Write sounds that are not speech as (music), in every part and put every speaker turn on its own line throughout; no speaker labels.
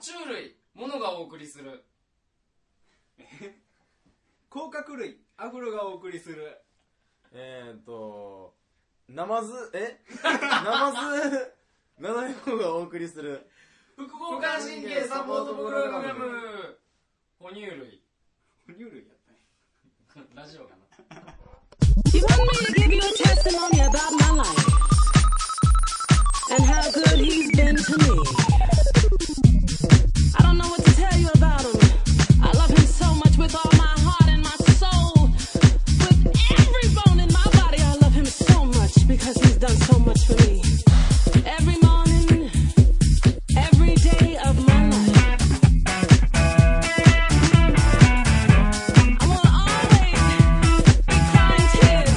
虫類、ものがお送りする。
甲殻類、アフロがお送りする。
えーっと、ナマズ、えナマズ、ナナミコがお送りする。
副交感神経サポートプログラム。哺乳類。
哺乳類やったね。
(laughs) ラジオかな。
You want me to give you a testimony about my life and how good he's been to me. I don't know what to tell you about him. I love him so much with all my heart and my soul. With every bone in my body, I love him so much because he's done so much for me. Every morning, every day of my life. I will always be crying tears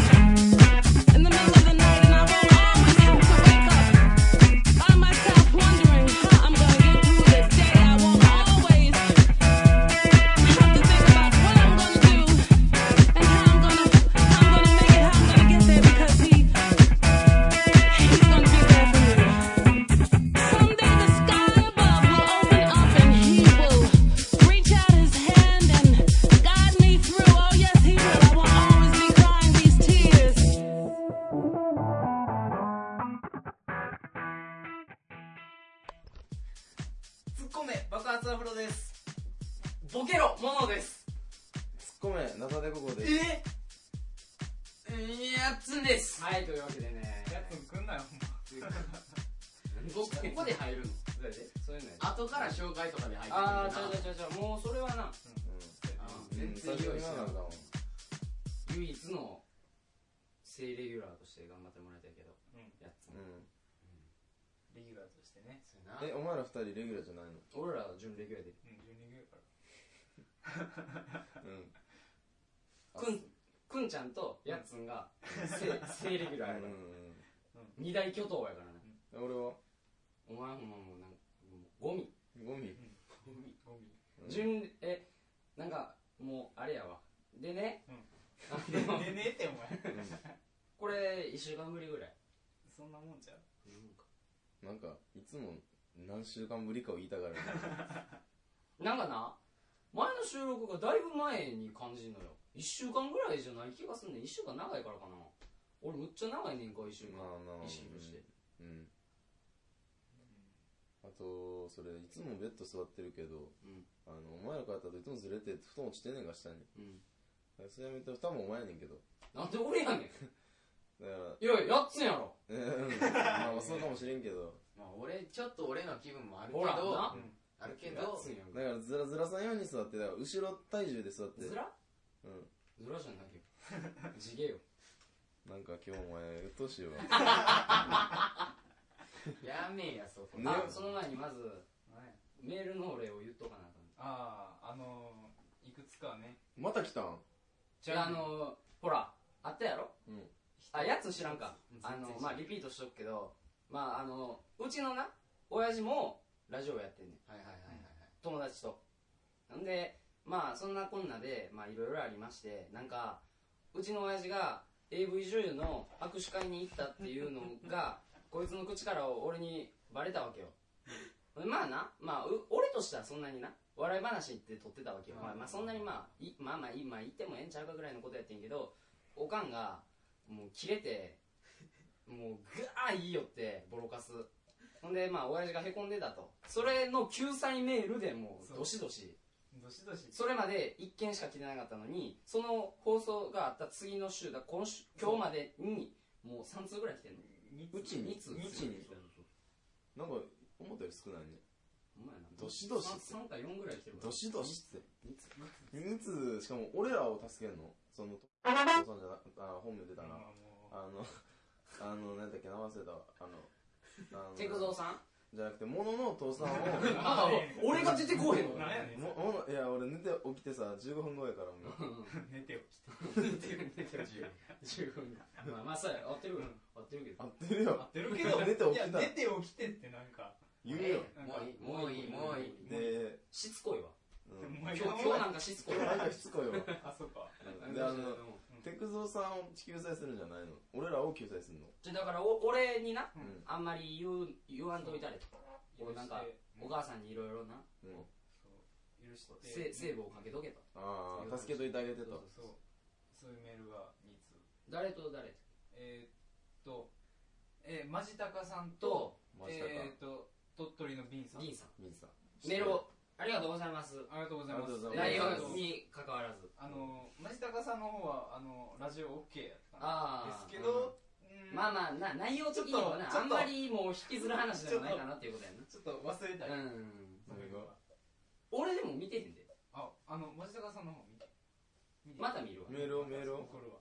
in the middle of the night, and I will always have to wake up by myself, wondering how I'm gonna get through this day. I will always have to think about what I'm gonna do and how I'm gonna, how I'm gonna make it, how I'm gonna get there, because he, he's gonna be there for me. Someday the sky above will open up and he will reach out his hand and guide me through. Oh yes, he will. I will always be crying these tears.
突っ込め、爆発アフロです。ボケろ、ものです。
ごめん、ナタデココです。
えやっつんです。
はい、というわけでね。
やつくんなよ、ほん
(laughs)
ま。
僕、ここで入るの。
そうやでそういうのやで
後から紹介とかで入ってくる
あ
な
ー、ちゃうちゃうちゃうちゃう。もうそれはな、
うん
全然
うん最
用
初
意して
に言わ
な
なあ
い
かんわ
唯一の正レギュラーとして頑張ってもらいたいけど、
うん
やっつ
う
も
ん
レギュラーとしてね。
そうやな
え、お前ら二人レギュラーじゃないの
俺らは準レギュラーで
うん、12ぐらいから。
うん。
くんくんちゃんとやっつんが正正レギュラーや
う
から、
ん
二大巨頭やからね
うん。俺は
お前ほんまもうなんかもうゴミ
ゴミ。
ゴミ。
うん
準えなんかもうあれやわでね、
で
あの
ねえって、お前。
これ1週間ぶりぐらい
そんなもんじゃう
なんか、いつも何週間ぶりかを言いたがる。
なんかな前の収録がだいぶ前に感じるのよ1週間ぐらいじゃない気がすんねん1週間長いからかな俺むっちゃ長いねんか1週間、
まあな
意識として
うん。あと、それ、いつもベッド座ってるけど、
うん
あの、お前ら帰ったといつもずれて、布団落ちてんねんが下に。
うん
それやめて、多分お前やねんけど。
なんで俺やねん
だから、
いやいややっつんやろ
うんまあまあそうかもしれんけど。
まあ俺、ちょっと俺の気分もあるけ
ほら
ど、
な
あるけ
やっ
ど、
つんや
だから、ずらずらさんように座って、だから、後ろ体重で座って。
ろずら
う
ずらじゃないよ地毛よ
ん。なんか今日お前、うっとうしいわ。
やめえや、そこ。
ね
あその前にまず
はい
メールのお礼を言っとかなと思って
ああ、あのー、いくつかね。
また来たん
じゃああのほらあったやろ
うん。
あやつ知らんか
全然
あ
知らん
のまあリピートしとくけどまああのうちのな親父もラジオやってんねん
はいはいはいはい。
友達となんでまあそんなこんなでまあいろいろありましてなんかうちの親父が AV 女優の握手会に行ったっていうのが (laughs) こいつの口から俺にバレたわけよまあなまあう俺としてはそんなにな笑い話って撮ってたわけよ、まあ、まあそんなにまあいまあまあいいまあ言ってもええんちゃうかぐらいのことやってんけどおかんがもう切れてもうぐあーいいよってボロカスほんでまあ親父がへこんでたとそれの救済メールでもうどしどし
どしどし。
それまで1件しか来てなかったのにその放送があった次の週だ今週今日までにもう3通ぐらい来てんの
に
うちに
2通
うちになんか、思ったより少ないね。
お前な
どしどしって
3か4ぐらい来てるから
どしどしって。
二通
いつ、しかも俺らを助けんのその、お父さんじゃな、あ、本名出た
ま
な。
あもう
あの、 (laughs) あの、なんだっけ、名前忘れたわ。あの、あの
テクゾーさん
じゃなくて、もののお父さんを、
あ俺が出てこうへんの
なんやねん
もものいや、俺寝て起きてさ、15分後やから、もう。
寝てよ。
十分まあまあそうや合ってるよ合ってるけど
合ってるよ。
出るけど、
寝て起きた
いや、寝て起きてってなんか。
言うよ。
なん
も
か
ういい、もういい、もういい。
で、
しつこいわ
うん。
お前
今日今日なんかしつこい
なん
わ
かしつこいわ。
あ、そうか。
で、あの、テクゾーさんを救済するんじゃないの俺らを救済するの
じゃあだからお俺にな
うん
あんまり言う言わんといたれとこうなんかお母さんにいろいろな
うん
そう許して
せセーブをかけとけと
ああ助けといてあげて
そう
と
そうそういうメールが2通
誰と誰
えー、っとえー、マジタカさんと
と
マジタカ
えー、っと鳥取のビンさん
銀さん
水さん
メールをありがとうございます
ありがとうございます
ありが
内
とうございます
容に関わらず
あのマジタカさんの方はあのラジオ OK やったん
ああ
ですけど、うん
まあまあな内容的には
ちょ
な
っと
あんまりもう引きずる話ではないかなっていうことやな
ちょっと忘れたり、
うん
それが
俺でも見てへんで
ああのマジタカさんの方見て見て
また見るわ
メールをメールを
送るわ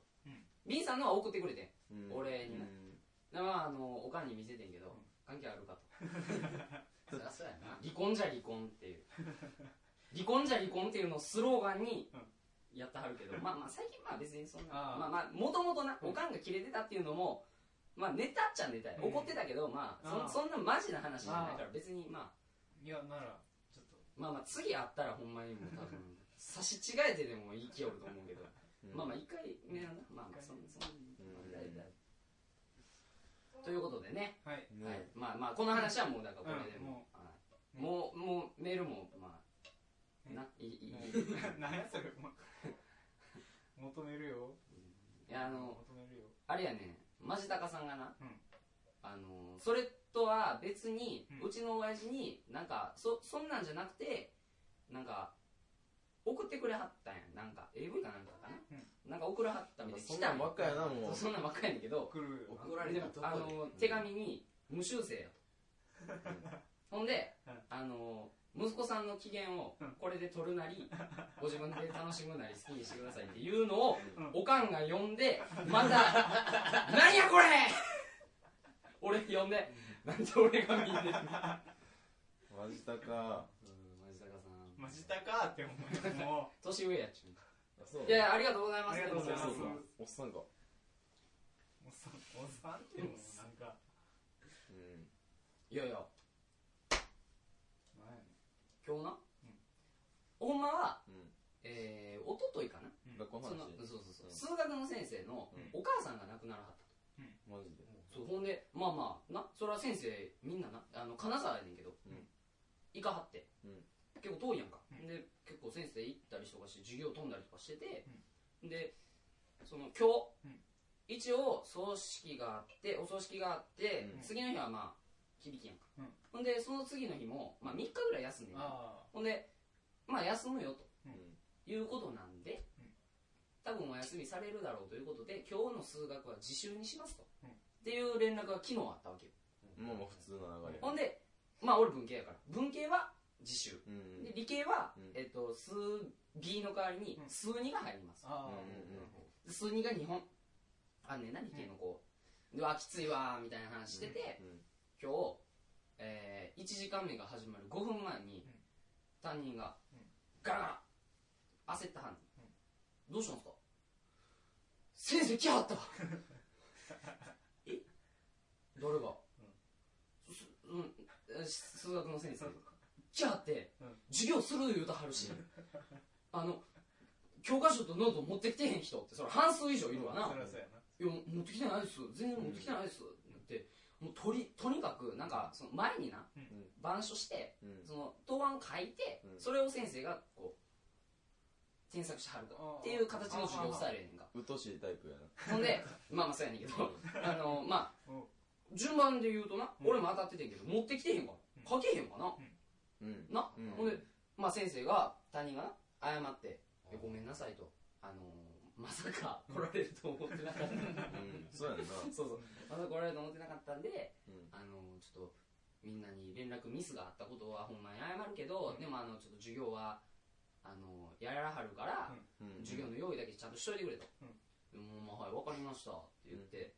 ビンさんのは送ってくれて
うん
お礼にな
うん
んまああのおかんに見せてんけ
うん
ど関係あるかと (laughs) そりゃそうやな離婚じゃ離婚っていう離婚じゃ離婚っていうのをスローガンにやってはるけどまあまあ最近まあ別にそんな
あー
まあまあもともとなおかんが切れてたっていうのもまあネタっちゃネタや
うん
怒ってたけどま
あー
あそそんなマジな話じゃないから別にまあ
いやならちょっと
まあまあ次会ったらほんまにもう (laughs) 多分差し違えてでも生きよると思うけど、
うん
まあまあ一回目はなまあまあそんそん
うん
まあ大体ということでね、
はい
ね
はい、まあまあこの話はもうだからこれで
うん
もは
も,、
い、もうもうメールもまあ
ね
ないいいい
(laughs) 何やそれもう求めるよ
いやあの
求めるよ
あれやねマジタカさんがな、
うん
あのそれとは別に、
う
うんちの親父になんかそそんなんじゃなくてなんか送ってくれはったんやなんか AV かなんかかな、なんか送らはったみたい
そ
来
ん
た
なんん
や
ばっかやなも
そ
う
うそんなんばっかりやねんけど
送るよ
怒られ
で
る
も
とこ
あ
で
の手紙に無修正やと、ほんで、
うん
あの息子さんの機嫌をこれで取るな
(laughs)
り、ご自分で楽しむなり好きにしてくださいっていうのを、
う
おかんが呼んでまた (laughs) 「何やこれ!」俺呼んでなんで俺が見んねん
マジタカ
マジタカさん
マジタカーってお前も
年上やっちゅう
そう
いやいやありがとうございます
ありがとうございます
そうそうおっさんか
うおっさんおっさんってもうなんか
うん
いやいや
なんやね
今日な、
うん
ほんまは、
うん
えー、おとといかな
学校
そ
の話
のそうそうそう
うん
数学の先生の
うん
お母さんが亡くならはった
マジで
そうほんでまあまあなそれは先生みんななあの金沢やねんけど、
うん
行かはって、
うん
結構遠いやんか、
うん
で結構先生行ったりとかして授業飛んだりとかしてて、でその今日、
うん
一応葬式があってお葬式があって、
うん
次の日はまあ響きやんか、
うん
ほんでその次の日も、まあ、3日ぐらい休んでんやん
あ
ほんでまあ休むよと
うん
いうことなんで、
うん
多分お休みされるだろうということで今日の数学は自習にしますと、
うん
っていう連絡が昨日あったわけよ、
まあまあ普通の流れ
ほんでまあ俺文系やから文系は自習、
うんうん
で理系は、
うん
えっと数 B の代わりに
うん
数2が入ります
あ、ああ
で数2が2本あんねんな理系の子、でわきついわーみたいな話してて、
うん
今日、え1時間目が始まる5分前に
うん
担任が
うん
ガラガラ焦ったはんね
う
ん
ん
どうしたんすか先生来はった
(laughs)
え誰が、すうんえす数学の先生来はって、
うん
授業する言うたはる
(laughs)
しあの教科書とノート持ってきてへん人ってそれ半数以上いるわな、
そりゃそうやない
や持ってきてないです全然持ってきてないです、ってもうとりとにかくなんかその前にな、
うん
板書して
うん
その答案を書いて、
うん
それを先生がこう添削してはると
あー
っていう形の授業スタイルやねんか
うっとうしいタイプやな
ほんで (laughs) まあまあそうやねんけどあのまあ
うん
順番で言うとな、
うん
俺も当たっててんけど持ってきてへんから書けへんかな、
うん
な、
うん
ほんでまあ先生が担任がな謝って「えごめんなさい」と「あのまさか来られると思ってなかった」 (laughs)
うんそうやんな
そうそうまだ来られると思ってなかったんで、
うん
あのちょっとみんなに連絡ミスがあったことはほんまに謝るけど、でもあのちょっと授業はあのやらはるから、
うん
授業の用意だけちゃんとしといてくれと、
うん
でもうまあはい分かりましたって言って、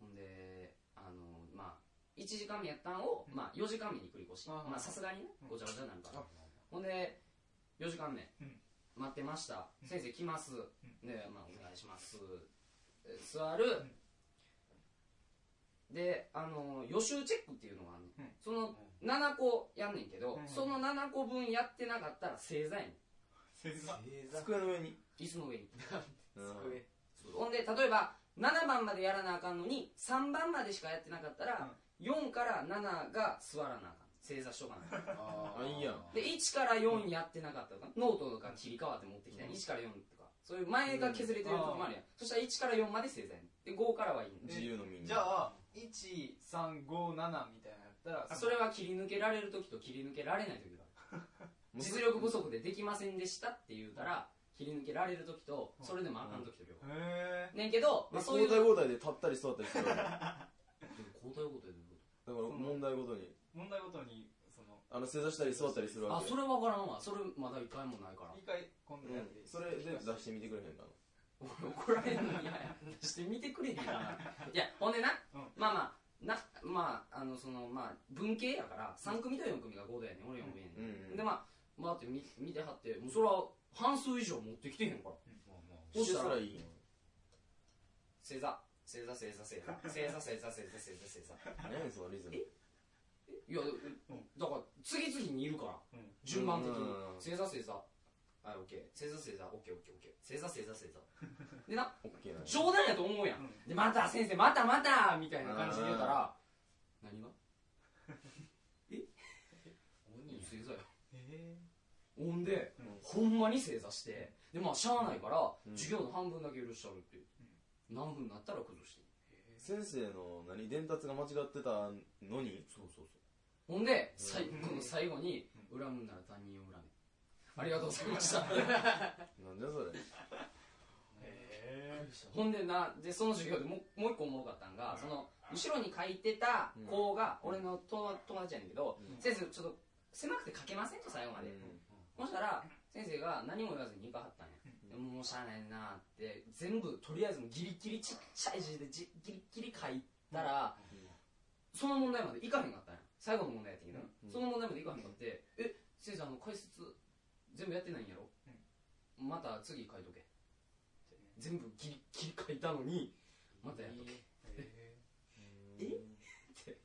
ほんであのまあ1時間目やったんを、
うん
まあ、4時間目に繰り越し
あー
まあさすがにね
うん
ごちゃごちゃになるから、
あ
ほんで4時間目、
うん
待ってました、
うん
先生来ます、
う
で、まあ、お願いしますえ座る、であの予習チェックっていうのがあんねん、
うん
その7個やんねんけど、
うん
その7個分やってなかったら正座やねん
正座
正座
机の上に
椅子の上に
うん
机
ほんで例えば7番までやらなあかんのに3番までしかやってなかったら、4から7が座らなあかん正座しとかない
あ
あい
ー
いやん
で1から4やってなかったとか、ノートとか切り替わって持ってきたり、1から4とかそういう前が削れてるとこもあるやん、そしたら1から4まで正座やねんで5からはいいねん
自由の身に
じゃあ1357みたいなのやったら
あそれは切り抜けられる時と切り抜けられない時がある実力不足でできませんでしたって言うたら切り抜けられる時とそれでもあかん時と両方
へえ
ねんけど、まあ、そうい
交
うでも
代交代で立ったり座ったり
(laughs)
するだから
交代交代で
問題ごとに
問題ごとにその
あの正座したり座ったりするわ
あ
け
それ分からんわそれまだ一回もないから
一回今
う
度やっ
ん
ていい
それで出してみてくれへんかな
怒られんの嫌やして見てくれへんかないやほんでな、
う
まあまあなまああのそのまあ文系やから3組と4組が5だよね俺4組やね、
うんうん
でまあまあって見見てはってもうそれは半数以上持ってきてへんから
そしたらいい
正座正座正座正座正座正座正座正座正座
何やねんそのリズム
いやだから次々にいるから、
うん
順番的に
うん
正座正座はいオッケー正座正座オッケーオッケーオッケー正座正座正座でな
オッケーなの
冗談やと思うやん、
うん
でまた先生またまたみたいな感じで言うたら何 (laughs) がえ鬼正座よ
え
ほんで、
うん
ほんまに正座してでまあしゃあないから、
うん
授業の半分だけ許しちゃうって、何分になったら崩して
先生の何伝達が間違ってたのに
そうそうそうほんで、最後の最後に恨むなら他人を恨めありがとうございました
なんじゃそれ
へえ
(laughs) ほんでなでその授業でもうもう一個重かったんが、その後ろに書いてた子が俺のと友達やねんけど、
うん
先生ちょっと狭くて書けませんと最後まで、そしたら先生が何も言わずに言いかはったんや、でももうしゃあないなって全部とりあえずもうギリギリちっちゃい字でじギリギリ書いたら、その問題までいかへんかったんや最後の問題やってきた、
うん
その問題までいかへんかって、え先生あの解説全部やってないんやろ、また次書いとけって全部ギリギリ書いたのにまたやっとけ
えって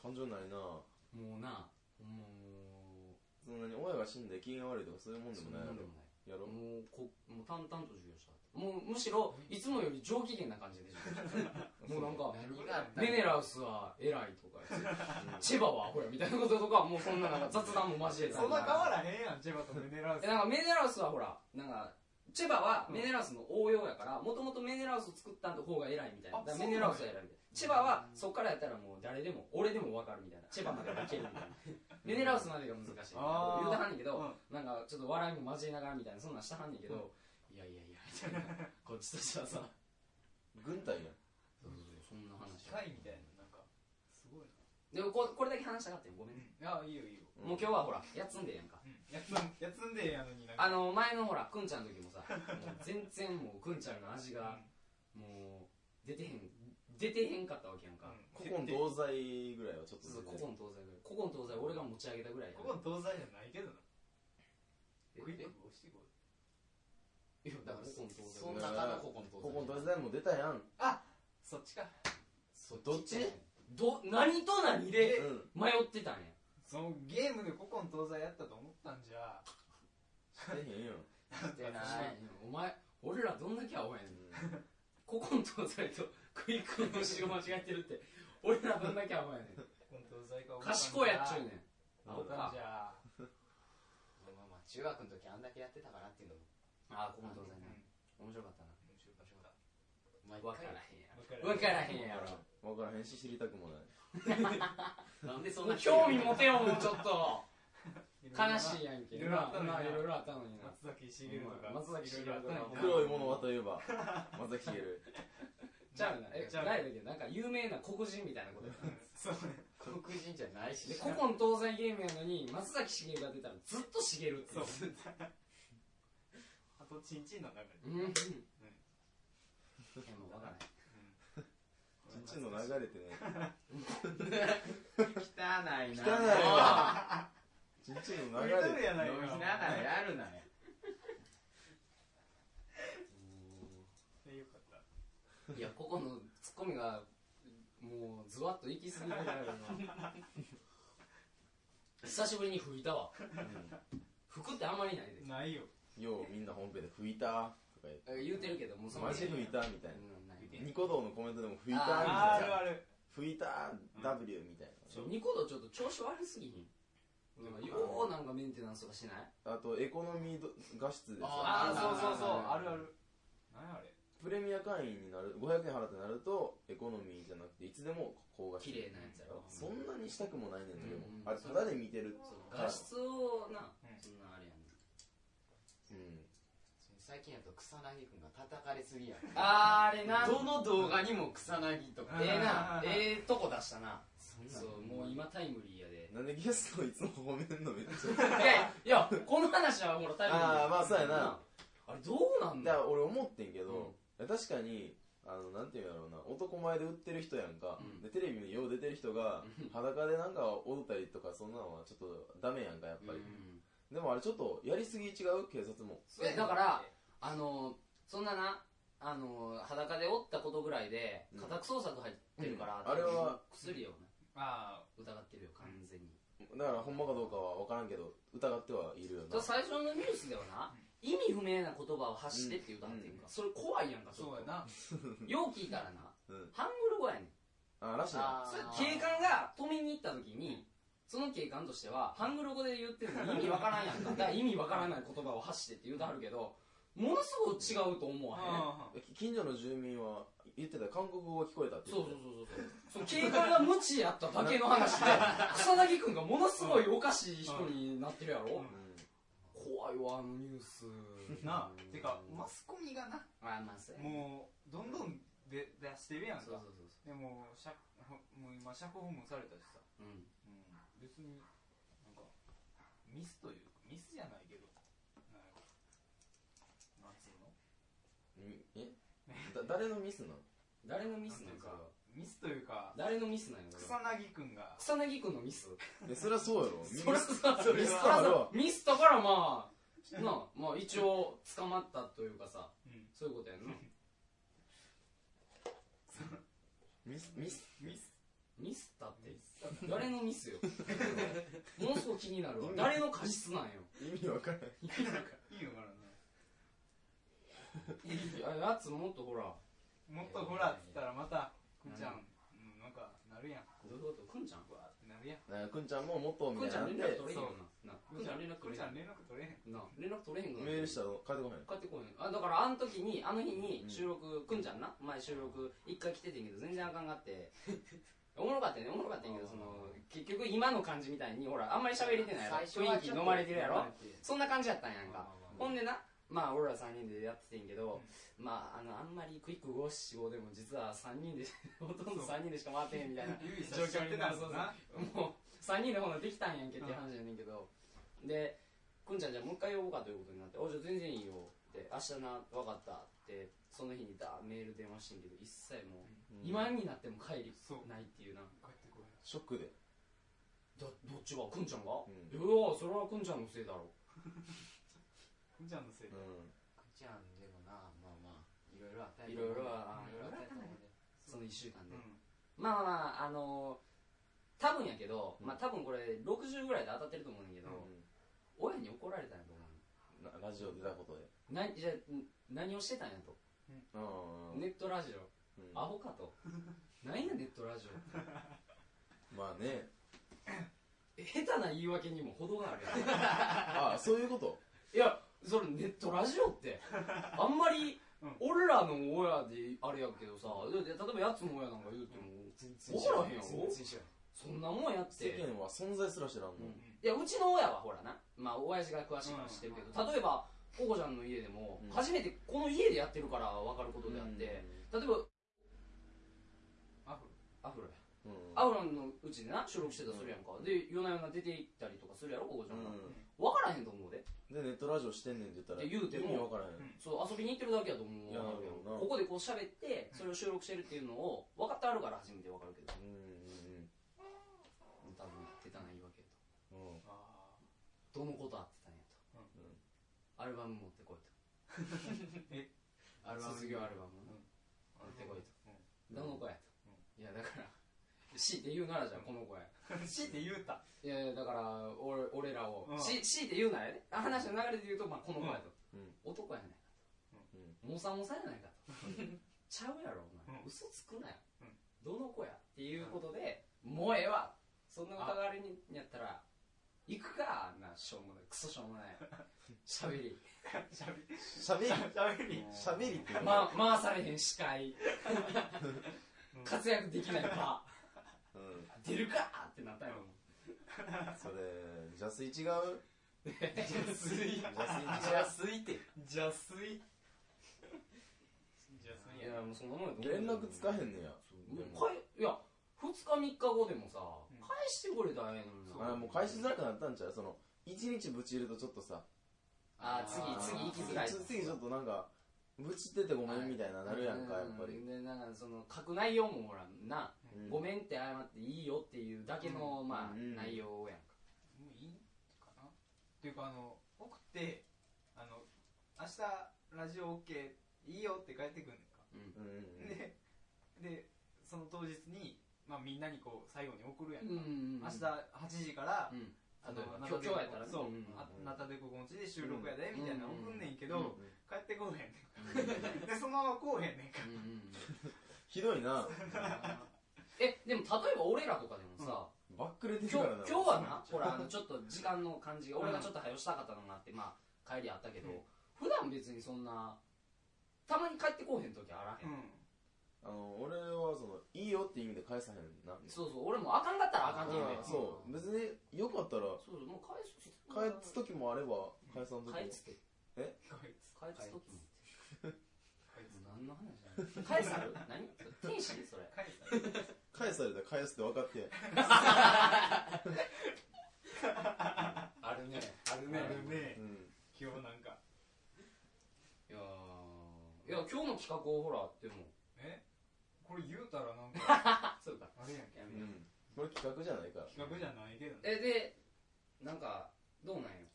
感情ないな
もうなも
そんなに親が死んで機嫌悪いとかそういうもん
う
で
そ
も
ん
な
ない
や
ん
ろ
でもない
やろ
もうこもう淡々と授業したもうむしろいつもより上機嫌な感じで授 (laughs) 業したもうなんか
何があった
メネラウスは偉いとか
うん
(laughs) チェバはほらみたいなこととかはもうそんななんか雑談も交えた
そんな変わらへんやんジェバとメネラウス
えなんかメネラウスはほらなんかチェバはメネラウスの応用やからもともとメネラウスを作った方が偉いみたいな
あ
だから
そう
メネラウスは偉いみたいなチェバはそっからやったらもう誰でも俺でも分かるみたいなチェバまではいけるみたいな (laughs) メネラウスまでが難しいみたいな
あー
言うてはんねんけど、
うん
なんかちょっと笑いも交えながらみたいなそんなんしたはんねんけど、いやいやいやみたいなこっちとしてはさ
軍隊やん
そんな話
機械みたいななんかすごい
でもここれだけ話したかったよごめんね、
なあいいよいいよ
もう今日はほら休んでやんか
やつんやつんでええやのになんか
あの前のほらくんちゃんの時もさもう全然もうくんちゃんの味がもう出てへん出てへんかったわけやんか、
古今東西ぐらいはちょっと
そう古今東西ぐらい古今東西俺が持ち上げたぐらいや
ここの東西じゃないけどな
え
クイック押してこい
えい (laughs) やだから古今東西
そん
ぐ
な
らい
中の古古今東西も出たやん
そっちか
そ
どっち
ど何と何で
うん
迷ってたんや
そのゲームで古今東西やったと思ったんじゃ
してへんよ
してないお前俺らどんだけ青やねん古今東西とクイックの詞を間違えてるって俺らどんだけ青やねん
古今東西か
賢いやっちゅうねん
思ったんじゃ
まあまあ中学の時あんだけやってたからっていうのも
ああ古今東
う
西
ん
ね面白かったな
面白かった
まあ一
分
回
からへん
分
やろ分からへんやろ
分からへんし知りたくもない
なんでそん
も
な
う興味持てよもうちょっと悲
い
しいやんけ
いろいろあったのに
ま
な
あいろいろあったのにな
松崎しげるとか
松崎しげるとか
いろいろあったのにな
黒いものはといえば松崎しげる
ちゃうなえ
ちゃう
誰だっけなんか有名な黒人みたいなことやった
そうね
黒人じゃないし
で古今東西ゲームやのに松崎しげるが出たらずっとしげるってい
そううあとチンチンの中に
うんいやもう分からない
ちんちんの流れてね
汚いな
汚い
(laughs)
わちんちんの流れ
浮いとるやない
汚い
か
やるなよ
よかった
いやここのツッコミがもうズワッと行き過ぎてるやろな久しぶりに吹いたわ服ってあんまりないで
ないよ
ようみんな本編で拭いたとか言って
え言うてるけどもうその
マジ拭いたみたい
うんない
なニコ動のコメントでも拭いたみた
あ
い
る
な
ある
吹いた W みたい
ちょニコ動ちょっと調子悪すぎひんなんかようなんかメンテナンスとかしない
な、あとエコノミーど画質ですよ
あ
あー
あそうそうそう
はい
あるある何やあれ
プレミア会員になる500円払ってなるとエコノミーじゃなくていつでも高画質
綺麗なやつやろ
そんなにしたくもないねんけど、
うん
あれただで見てる
そう画質をな、
うん
そんなあれやね
うん
最近やと草薙君が叩かれすぎや
あーあれな
どの動画にも草薙とか
うん
ええな
あー
ええとこ出したな
そんな
そうもう今タイムリーやで
なんでゲストをいつも褒めん
(laughs)
のめっち
いやいやこの話はほらタイムリー
あーまあそうやな
あれどうなんだ
ゃだから
よ
俺思ってんけど、確かにあのなんていうんだろうな男前で売ってる人やんか、
うん
でテレビによう出てる人が裸でなんか踊ったりとかそんなのはちょっとダメやんかやっぱり、でもあれちょっとやりすぎ違う警察も
えだからあのそんななあの裸でおったことぐらいで
うん
家宅捜索入ってるから、
うんあれは
薬をね
あ
疑ってるよ完全に、
だからほんまかどうかは分からんけど疑ってはいるよ
と
な
最初のニュースではな意味不明な言葉を発してって歌ってるから、それ怖いやんか
あ
ちょっと
そうやな
よう聞いたらな、
うん
ハングル語やねん
あらしいな
あ
それ
ー
警官が止めに行った時にその警官としてはハングル語で言ってるのに意味わからんやんかだから意味わからない言葉を発してって言うてはるけどものすごく違うと思わへん
う
近所の住民は言ってた韓国語が聞こえたって
そう
言っ
そう
て
そうそうそう警官が無知やっただけの話
(laughs)
で草薙君がものすごいおかしい人になってるやろ、
うん
怖いわあのニュース
んなあてかマスコミがな
あまあそうやね
もうどんどんで出してるやん
そうそうそ
か
うそ
でもしゃもう今釈放もされたしさ
ううん
うん別になんかミスというかミスじゃないけどなんやろなんつうの
んえだ誰のミスなの
誰のミ
なん
ス
て
ないんそ
うか
れは
ミスというか
誰のミスなんよそれ
草
は
薙くんが
草薙君のミス
えそりゃそうや
(laughs)
ろ
それさ
それは
ミスったらミスったからまあなあまあ一応捕まったというかさ
うん
そういうことやんな
ミスミス
ミス
ミスったって誰のミスよもうすごい気になるわ誰の過失なんよ
意味わからない
いいよからな
あやつもっとほら
もっとほらっつったらまたくんちゃんうんなんかなるやん
どういうことくんちゃん
うわーってなるやん
なんかくんちゃんももっとみ
く
た
ん
い
ち
に
ゃ
なんっ
連絡取
て
れへんよなな
く
くんちゃん連絡
く
取
ん
れ
ち
へ
ゃ
ん
ん連絡取れへ
な連絡取れへん
ん
から
メールしたら帰ってこない
帰ってこへんあだからあの時にあの日に
うん
収録、くんちゃんな前収録一回来ててんけど全然あかんがって (laughs) おもろかったよねおもろかったんやけどその結局今の感じみたいにほらあんまり喋れてないやろ
最初は
雰囲気飲まれてるやろそんな感じやったんやん
まあ
か
まあまあ
ほんでなまあ俺ら3人でやっててんけど、まああのあんまりクイック575でも実は3人で (laughs) ほとんど3人でしか回ってへんみたいな
指
状
さしちゃ
況
って
にな
な
る
る
そ
ぞ
うそう
な
もう3人の方ができたんやんけっていう話やねんけど、でくんちゃんじゃあもう一回呼ぼうかということになって「おじゃあ全然いいよ」って「明日な分かった」ってその日にだメール電話してんけど一切もう、
うん
今になっても帰り
そう
ないっていうな
帰ってこい
ショックで
どどっちがくんちゃんが、
う
うんいやそれはくんちゃんのせいだろ
くんちゃんのせいで
う
くちゃんでもなまあまあいろいろあった
いろいろはあ
あいろいろあったと
その
思うで
1週間で、
うん
まあまあまああの多分やけど、まあ多分これ60ぐらいで当たってると思うねんだけど、
ん
親に怒られたんやと思う
なラジオ出たことで
なじゃあん何をしてたんやと、
うん
ネットラジオ
うん
アホかと何やネットラジオって
まあね
下手な言い訳にも程があるや
あそういうこと
んいやそれネットラジオってあんまり
うん
俺らの親であれやけどさで例えばやつも親なんか言うても
全然
怒らへんやろ
全然知らん
そんなもんやって
世間は存在すら知らんの
うんいやうちの親はほらなまあ親父が詳しいから知ってるけど、例えばココちゃんの家でも、
うん
初めてこの家でやってるから分かることであって、例えば
アフロ
アフロや
うん
アフロのうちでな収録してたらするやんか、で夜な夜な出て行ったりとかするやろココちゃんが、分からへんと思うで
うんでネットラジオしてんねんって言った
っ
ら
て言うても
意味わからへん
うん
そう遊びに行ってるだけやと思う
いやなるほどな
ここでこう喋ってそれを収録してるっていうのを分かってあるから初めて分かるけど
うんうん
多分下手な言い訳や
うんうん
あ
とどのことあってたんやと、アルバム持ってこい
ーえ
とアルバム卒業アルバムをな持ってこいと
う
どの子やと、いやだから強いて言うならじゃあこの子や
ん (laughs) 強いて言うた
いやいやだから俺俺らを、
うん
し強いて言うならやねあ話の流れで言うと、まあ、この子やと、
うん
男やないか
うん
と、モサモサやないかとちゃうやろお前、
うん
嘘つくなよ、
うん
どの子やっていうことで、もうええわそんな疑われにやったら行くかあんなしょうもないクソしょうもないしゃべ
(laughs)
り
しゃべり
しゃべり
しゃべり
しゃべりっていうの
ま、回されへん司会活躍できないか
うん
出るかってなったよ、 (laughs)
それ邪水違う
水
邪水違うって
じゃすいじゃすい
いやもうそんなもんやと思う
連絡つかへんねや
うんかえいや2日3日後でもさ
ん
返してくれたらええのに
そう
あれもう返しづらくなったんちゃうその一日ぶち入れるとちょっとさ
あー次次行きづらい
ちょ次ちょっとなんかぶちっててごめんみたいななるやんかやっぱ
う
り
んでなんかその書く内容もほらな、
うん
ごめんって謝っていいよっていうだけの、まあ、
うん
内容やんか
もういいかなっていうかあの送ってあの明日ラジオ OK いいよって帰ってくんねんか
うんうんうん
ででその当日に、まあ、みんなにこう最後に送るやんか、
ん
明日8時から、
うん
あの
例えば
ナタ
今日
デコ
今日やったらね
そう、
うん
あナタデココンチで収録やで、みたいなの
うん
送んねんけど、
うん
帰ってこうへんねんでそのままこうへんねんか
うんうんう
(laughs)
ん
ひどいな
えでも例えば俺らとかでもさ、
バックレてるか
今日
らな
今日はなほらあのちょっと時間の感じが俺がちょっと早うしたかったのがあってまあ帰りあったけど、
うん
普段別にそんなたまに帰ってこうへん時あらへん、
う
あの俺はそのいいよって意味で返さへんな
そうそう俺もあかんかったらあかんって言うね
うんそう別によかったら
そうそうもう返す
返す時もあれば返さん時も
返すって
んこいつ
返す時も
こいつ
何の話だ返さる何天使それ
返す
返されたら返すって分かって
あるねある
ねね
うん
今日なんか
いやーいや今日の企画をほらでも
えこれ言うたらなんか
そうか
あれやんけ
や
う
めようん
これ企画じゃないから
企画じゃないけどね
えでなんかどうなんや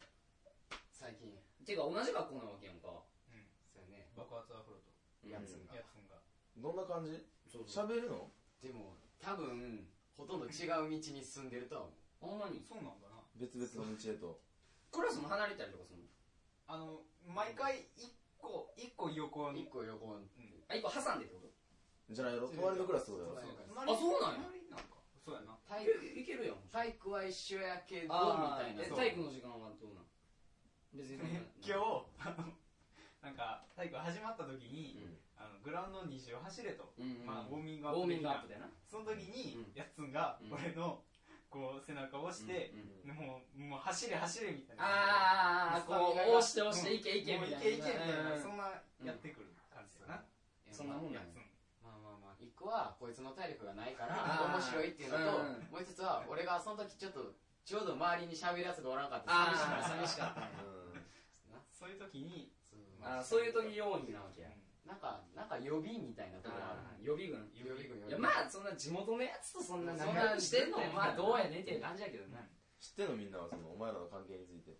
最近
てか同じ学校なわけやんか
うん
そうやね
爆発アフロと
うん
やつが
やつんが
どんな感じ
そうそう
喋るの
でも多分ほとんど違う道に進んでるとは思
ほ
う
んまに
そうなんかな
別々の道へと
クラスも離れたりとかするの
あの毎回一個一個横
一
に
個横に
うん
あ一個挟んでってこと
じゃないの隣のクラスそうだ
そう
よ
隣
あそうなんや
隣なんかそうやな
体育
えいけるやん
体育は一緒やけどみ
あ
たい
ー
な
え
そう
体育の時間はどうなん別にどう (laughs) なん
今日あのなんか体育始まった時に、
うん
あのグラウンド2周走れと、
うん
まあ、ウォーミングアッ
ウォー
プ
ミ
的
ングア
な
ップだよな
その時に、
うん
やっつんが
うん
俺のこう背中を押して
う、ん
うん
もうもう走れ走れみたいな
ああこう押して押して
うん
いけいけみ
も
た
う
い
い
な
けいけみたいな、
うん
そんなやってくる感じだな、
え
そんなもん
や
な
っ
んや
つん
まあまあまあ一個はこいつの体力がないから
あー
面白いっていうのと、
うん
もう一つは俺がその時ちょっとちょうど周りに喋るやつがおらんかった寂しい
ああ寂しかったね
そういう時に、
そう
あーそういう時用意なわけや
なんかなんか予備みたいなところあ
あー
る
予備軍
予備軍予
い
備
や
軍
まあそんな地元のやつとそんな
そ
仲
んな
良くしてんのもまあどうやねんっていう感じやけどな
知ってんのみんなはそのお前らの関係について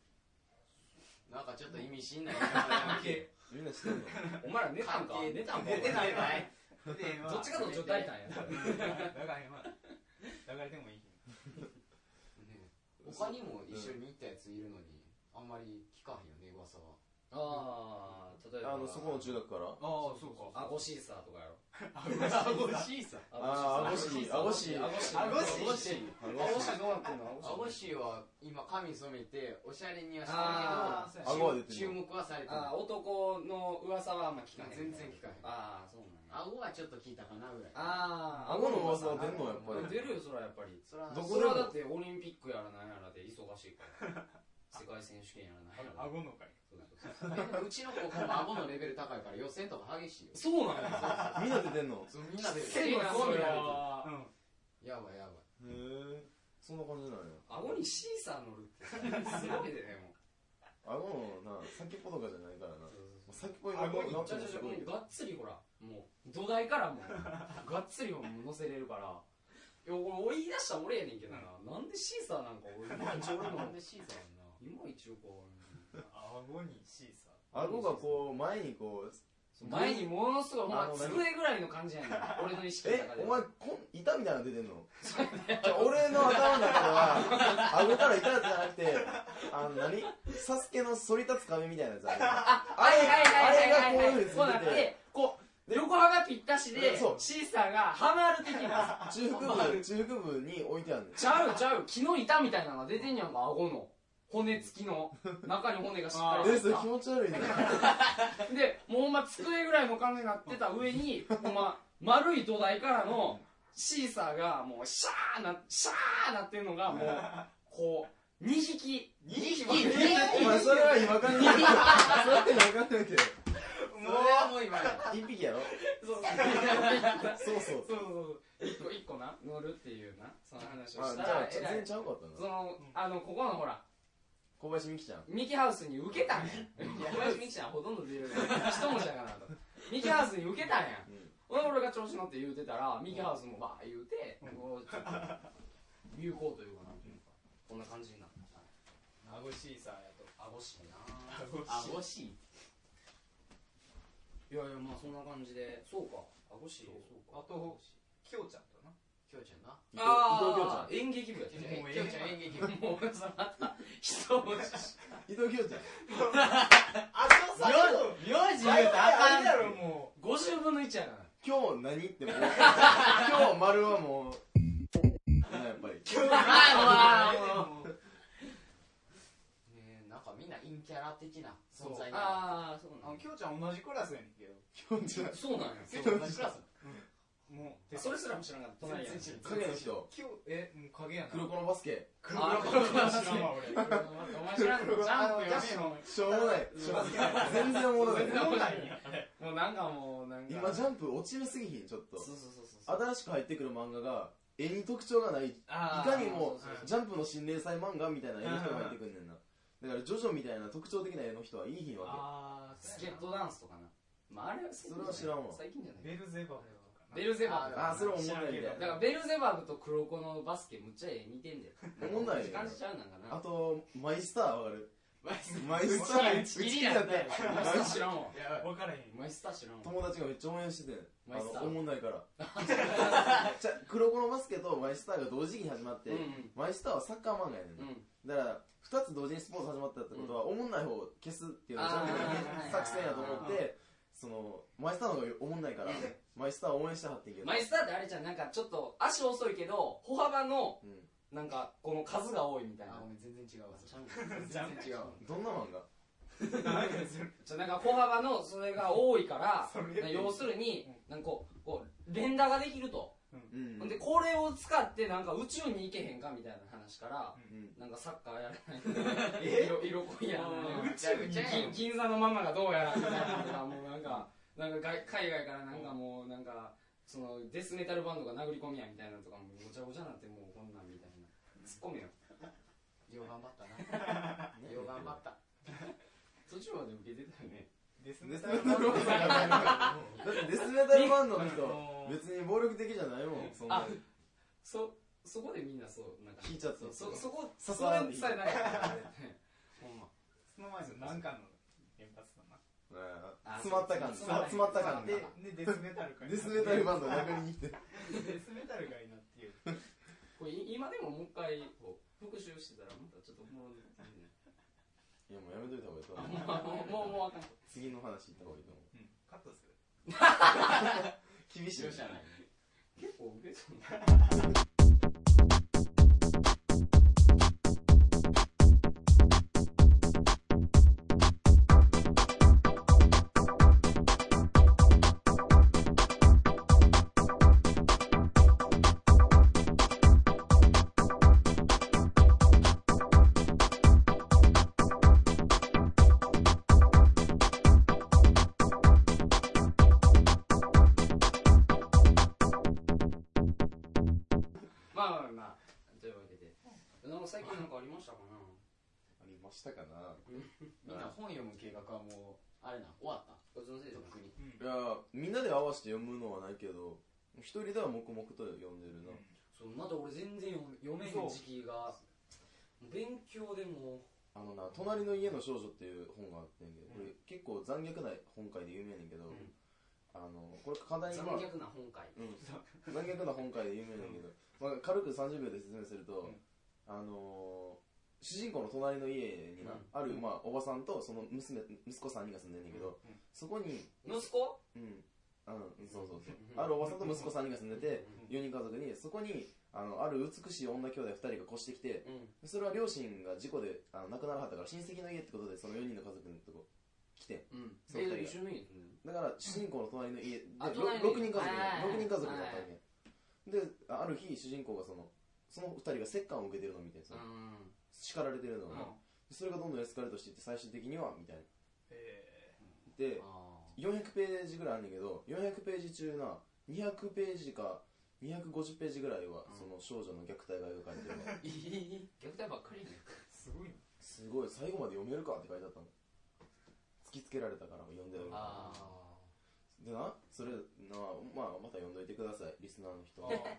なんかちょっと意味深ない
関係
みんな知ってんの
お (laughs) 前ら寝たんか
関係
寝たんか
出てないかい
うんで、まあ、
どっちかとちょっと抱いたんや (laughs)
だから今流れてもいい
ね他にも一緒に行ったやついるのにあんまり聞かへんよね噂は
ああ例えば
あのそこの中学から
ああそうか
アゴシーサーとかやろ
あごし
シーさ
あーアゴシー
アゴシー
アゴシー
アゴシーアゴシーどうなってんのア
ア
ゴ
ゴ
シー
シーは今髪染めておしゃれにはして
あ
る
ー
けど
顎は出てる
注目はされて
あー
な
男の噂はあんま聞かへ
い
ん
全然聞かへん
ああそうなんや
顎はちょっと聞いたかなぐらい
ああ
顎の噂は出んのやっぱり
出るよそらやっぱり
それは
どこ
そ
で
れ
も
はだってオリンピックやらなんやらで忙しいから世界選手権やらなんやら
あごのかい
そうそう
でもうちの高校も顎のレベル高いから予選とか激し
(laughs)
いよ
そうなんや
みんな出てんの
そうみんなで
せやなそれは
うん
やばいやばい
へえそんな感じなんや
顎にシーサー乗るってすごいでねもう
顎のな先っぽとかじゃないからなもう先っぽにな
顎に
なっ
ち
て
ょち
も
ょち
す
ょ
ご
も
いけ
う
ど
がっつりほらもう土台からもうがっつりもう乗せれるからいや俺言い出したら俺やねんけどな、なんでシーサーなんか俺いまいち俺
な
の
んでシーザーやんない
まいちよくわか
あごにシーサ
顎がこう前にこう
らんない前にものすごいほんま
あの何
机ぐらいの感じやねん俺の意識の
え
中で
お前こん板みたいなの出てんのじゃあ俺の頭の中では顎から板じゃなくてあの何サスケの反り立つ髪みたいなやつある
あはいはいはいはいはい
あれがこういうふうについてて
こうなってこう横幅ぴったしで
そう
シーサーがハマる的な
中腹部、中腹部に置いてあるねん
ちゃうちゃう木の板みたいなのが出てんやんか顎の骨付きの中に骨がしっかり入
え、
っ
それ
た
気持ち悪いね。
でもうほんま机ぐらいの感じになってた上にほんま丸い土台からのシーサーがもうシャーなシャーなってるのがもうこう2匹2匹分けて
お前、それは今からない。それって今からないけど。
それはもう今や
一匹やろ
そうそう
そうそう。
そうそうそう一個一個な乗るっていうなその話を
あ、
し
じ
た
ゃあ
ら、え
全
らい
然ちゃうかった
そ
な。
のあのここのほら
小林美樹ちゃん。
ミキハウスに受けたんや小林ミキちゃんほとんど出るよね一文字やからなとミキハウスに受けたんや
うん
俺俺が調子乗って言うてたらミキハウスもわー言うてこうちょっと有効というかなんていうかこんな感じになった
あごシーサーやと
あごしいな
あご
あ惜しい
いやいやまあそんな感じでそうかあごしいそうか
あときょうちゃんとな
きょうちゃんな
伊藤伊藤京ちゃ
あ
ん
あ。演劇部やっ
きょう
てね
ちゃんきょうちゃん演劇部
もうそのまた人文字
伊藤京ちゃん。
あとさ
名字
あ
言うとあかん
やろも
50分の1やな
今日何ってもう、今日丸はもう、なやっぱり。
あ
う
あ
もう
ねえなんかみんな陰キャラ的な存在な
ああそうな
あの
ん
きょうちゃん同じクラスやねんけど
京ちゃん。
そうなんや
きょう
ちゃん
同じクラスもう
それすらも知らなかった隣や
全然知らん
影の人。
きょうえもう影やな
黒子のバスケ。
黒黒知らんわ俺
お前知らんのジャンプよしも
しょうもない。しょうもない全然おもろない。
うもうなんかもうなんか
今ジ
ャン
ャンプ落ちるすぎひん、ちょっ
プ。
と
そうそうそうそう
新しく入ってくる漫画が、絵に特徴がない
あ
い
ー
かにも
そうそう
ジャンプの心霊祭漫画みたいな絵の人が入ってくんねんなだからジョジョみたいな特徴的な絵の人はいいひんわ
あー
スケットダンスとかなまああれは最近
それは知らんわ
最近じゃない
ベルゼバブ
ベルゼバブ
けああそれおもんないみたい
知らんけ
だ
ど
からベルゼバブと黒子のバスケむっちゃええ似てんだよ
おもんないよ
感じちゃうなんかな
なあとマイスターわかる
マイス
マイス
(laughs)
ター
打ち切りやったよマイスター知らんわ
分からへん
マイスター知らんわ
友達がめっちゃ応援しててんあ
マイスター
のおもんない
(laughs)
からじゃ黒子のバスケとマイスターが同時期に始まって
うんうん
マイスターはサッカー漫画やね
うんん
だから2つ同時にスポーツ始まったってことはおもんない方を消すっていうの
あ
が
ー
作戦やと思ってそのマイスターの方がおもんないからマイスターを応援してはってんけど
マイスターってあれじゃんなんかちょっと足遅いけど歩幅の
うん
なんかこの数が多いみたいな
あごめん全然違うわそれ
ジャン
全然違うわ
どんな漫画
じゃあなんか歩幅のそれが多いから
それ
要するになんかこうこう連打ができると、
うん
ほんでこれを使ってなんか宇宙に行けへんかみたいな話から、
うん
なんかサッカーやら (laughs) ない色色恋やらない
宇宙に
銀銀座のママがどうやらみたいなのがもうなんかなんか外海外からなんかもうなんかそのデスメタルバンドが殴り込みやみたいなのとかもうごちゃごちゃになってもうこんなんみたいなツッコミよ
よう頑張ったなよう頑張った
途中まで受けてたよね
デス
デ
メ
ス
タ
メ
ル
タルバンドだってデスメタルバンドの人
うん
別に暴力的じゃないもんそんな
そそこでみんなそうなんか
聞いちゃってた
そそこ
さ
そ
すが
れさえないからねほんま
その前の何かの連発だな
うん
あ
詰まった感
そうそう
詰まった感
で
で
でデスメタルか
デスメタルバンドの中
デ
に行って
スメタルがいいなっていう
これい今でももう一回こう復習してたらまたちょっとおもろい
いやもうやめといた方がいいと思う
(laughs) もうもうもうあかん
次の話行った方がいいと思
うんカットする
う厳しい
よっしゃない
結構受けそうまあまあまあというわけでなんか最近なんかありましたかな
ありましたかな
みんな本読む計画はもうあれな終わった
こっちのせいじ
と
ゃな
っ
い
くに
いやみ
うん
んなで合わせて読むのはないけど一人では黙々と読んでるな
そうまだ俺全然読め読めへん時期が勉強でも
あのな「隣の家の少女」っていう本があってんけどこれ結構残虐な本会で有名やねんけど
ん
あのこれ簡単に
残
まあ
虐な本会
うん、残虐な本会で有名なんだけど、まあ、軽く30秒で説明すると、
うん
あのー主人公の隣の家にな、
うん
ある、まあ、おばさんとその娘息子3人が住んでんだけど、
うん
そこに、
息子
うん、うん、そうそうそう。あるおばさんと息子3人が住んでて、4人家族に、そこに、あの、ある美しい女兄弟2人が越してきて、
うん
それは両親が事故であの亡くならはったから親戚の家ってことで、その4人の家族のとこ来て。
うん
そう
え一緒
そう
の家に住んでる
だから、主人公の隣の家で、
あ
ろ
隣の
6人家族だ
はいはいはい
6人家族だったわけ。で、ある日、主人公がその、その2人が折檻を受けてるのを見て、その
うん
叱られてるのを
う
ね
ん
それがどんどんエスカレートしていって、最終的には、みたいな。
え
で、
あ
400ページぐらいあるんだけど400ページ中な200ページか250ページぐらいは
うん
その少女の虐待が描かれてる
(laughs)
わ
虐待ばっかりやね
ーすごいな
すごい最後まで読めるかって書いてあったの突きつけられたから読んでる
あ
でなそれなまあまた読んどいてくださいリスナーの人
あー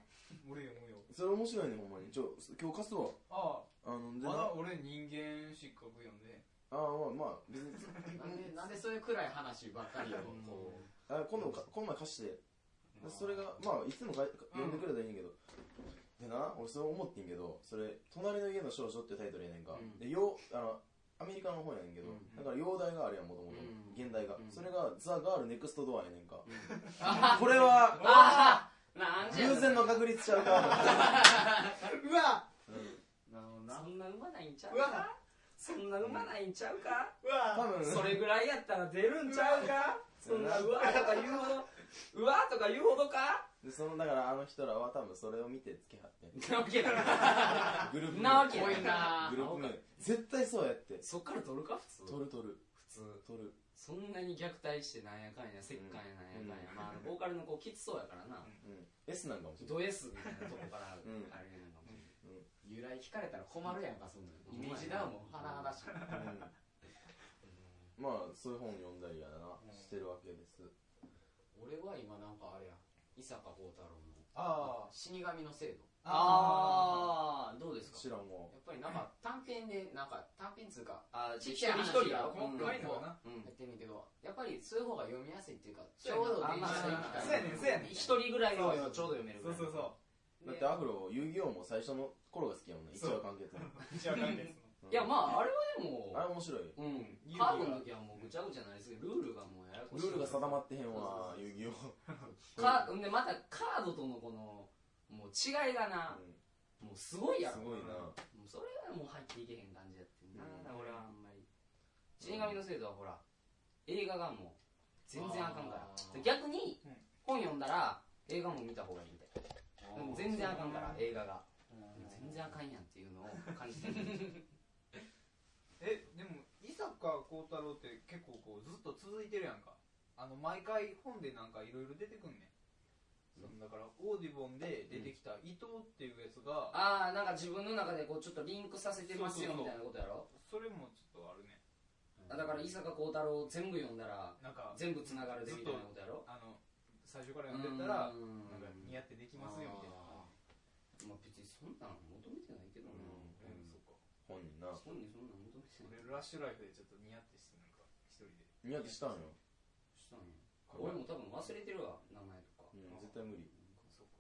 俺読むよ
それ面白いねほんまにちょ今日貸すわ
あ
あの
あ
で
ま
なあ
だ俺人間失格読んで
あまあまあ別に
ーなんでなんでそういう暗い話ばっかりをこう
あ今度かこの前貸してそれがまあいつもか読んでくれたらいいんやけど、でな俺そう思ってんけどそれ「隣の家の少女」ってタイトルやねん
う
か、
ん
でようあのアメリカの方やねんけ
う
ど、
ん
だから洋題があるやんもともと
うん
現代が、
うん
それが「ザ・ガール・ネクスト・ドア」やねんか、 (laughs) これは
ああなんじゃ
偶然の確率ち
(laughs)
ゃうか
うわ
なるほどな
そんな生まないんちゃう
うわ
かそんな生まないんちゃうか
うわ
多分
それぐらいやったら出るんちゃうかそんなうわとか言うほどうわとか言うほどか
でそのだからあの人らは多分それを見てつけはってん
なわけだ
グループ
なわけ
名
ない
グループ名絶対そうやって
そっから取るか普通
取る取る
普通
取る
そんなに虐待してなんやかんやせっかいやなんやかんや、
うん
まああのボーカルの子きつそうやからな
うん S なんかもしれない
ド S みたいなとこからあれ
うん
なんかも
由来聞かれたら困るやんかそんなのイメージだもん
うん
華々しく
うんまあそういう本読んだりやなしてるわけです
俺は今なんかあれや伊坂幸太郎の
あー
死神の制度
あ
あどうですか
知らんわ
やっぱりなん
(laughs)
か短編でなんか短編通か
あ
ちっちゃい話
や
が
細かいのかな
うん
やってんねんけどやっぱりそういう方が読みやすいっていうかち
そう
ょう
やな
ど
あ
電
まあ
車で行きたい
そうやねんそうやねん
一人ぐらいのちょうど読める
ー
ぐ
そ
ら
う
い
そうそ
だってアフロ遊戯王も最初の頃が好きやもんね一
そう
話完結の
うじゃあ何です
う
(laughs)
ん
いやまああれはで
あれ
も
面白い
うん
遊戯
カ
は
ーブの時はもうぐちゃぐちゃになりすぎるルールがもうややこ
ル
しい
ールが定まってへんわ
そうそうそう
遊戯王
かんでまたカードとのこのもう違いがな
う
もうすごい
ん
や
す
ろ
ごいな
もうそれはもう入っていけへん感じやってんな、
うん
だから俺はあんまり死神の制度はほら映画がもう全然あかんから
あー
で逆に
うん
本読んだら映画も見た方がいいみたいでも全然あかんか
あ
ら
ー
映画が
うん
全然あかんやんっていうのを感じてる
(laughs)
(laughs)
えでも伊坂幸太郎って結構こうずっと続いてるやんかあの毎回本でなんかいろいろ出てくんねん、そのだからオーディボンで出てきた伊藤っていうやつが、
ああなんか自分の中でこうちょっとリンクさせてますよみたいなことやろ
それもちょっとあるね
あだから伊坂幸太郎を全部読んだら
なんか
全部つながるでみたいなことやろ
あの最初から読んでったら
うーん
なんか似合ってでき
あー
ますよみたいな
まあ別にそんなん求めてないけどな、
うん
えーそっか
本人な
本人そんなん求めてない
俺ラッシュライフでちょっと似合ってしてなんか一人で
似合ってしたんよ
したんや俺も多分忘れてるわ名前とか、
うん絶対無理
そっか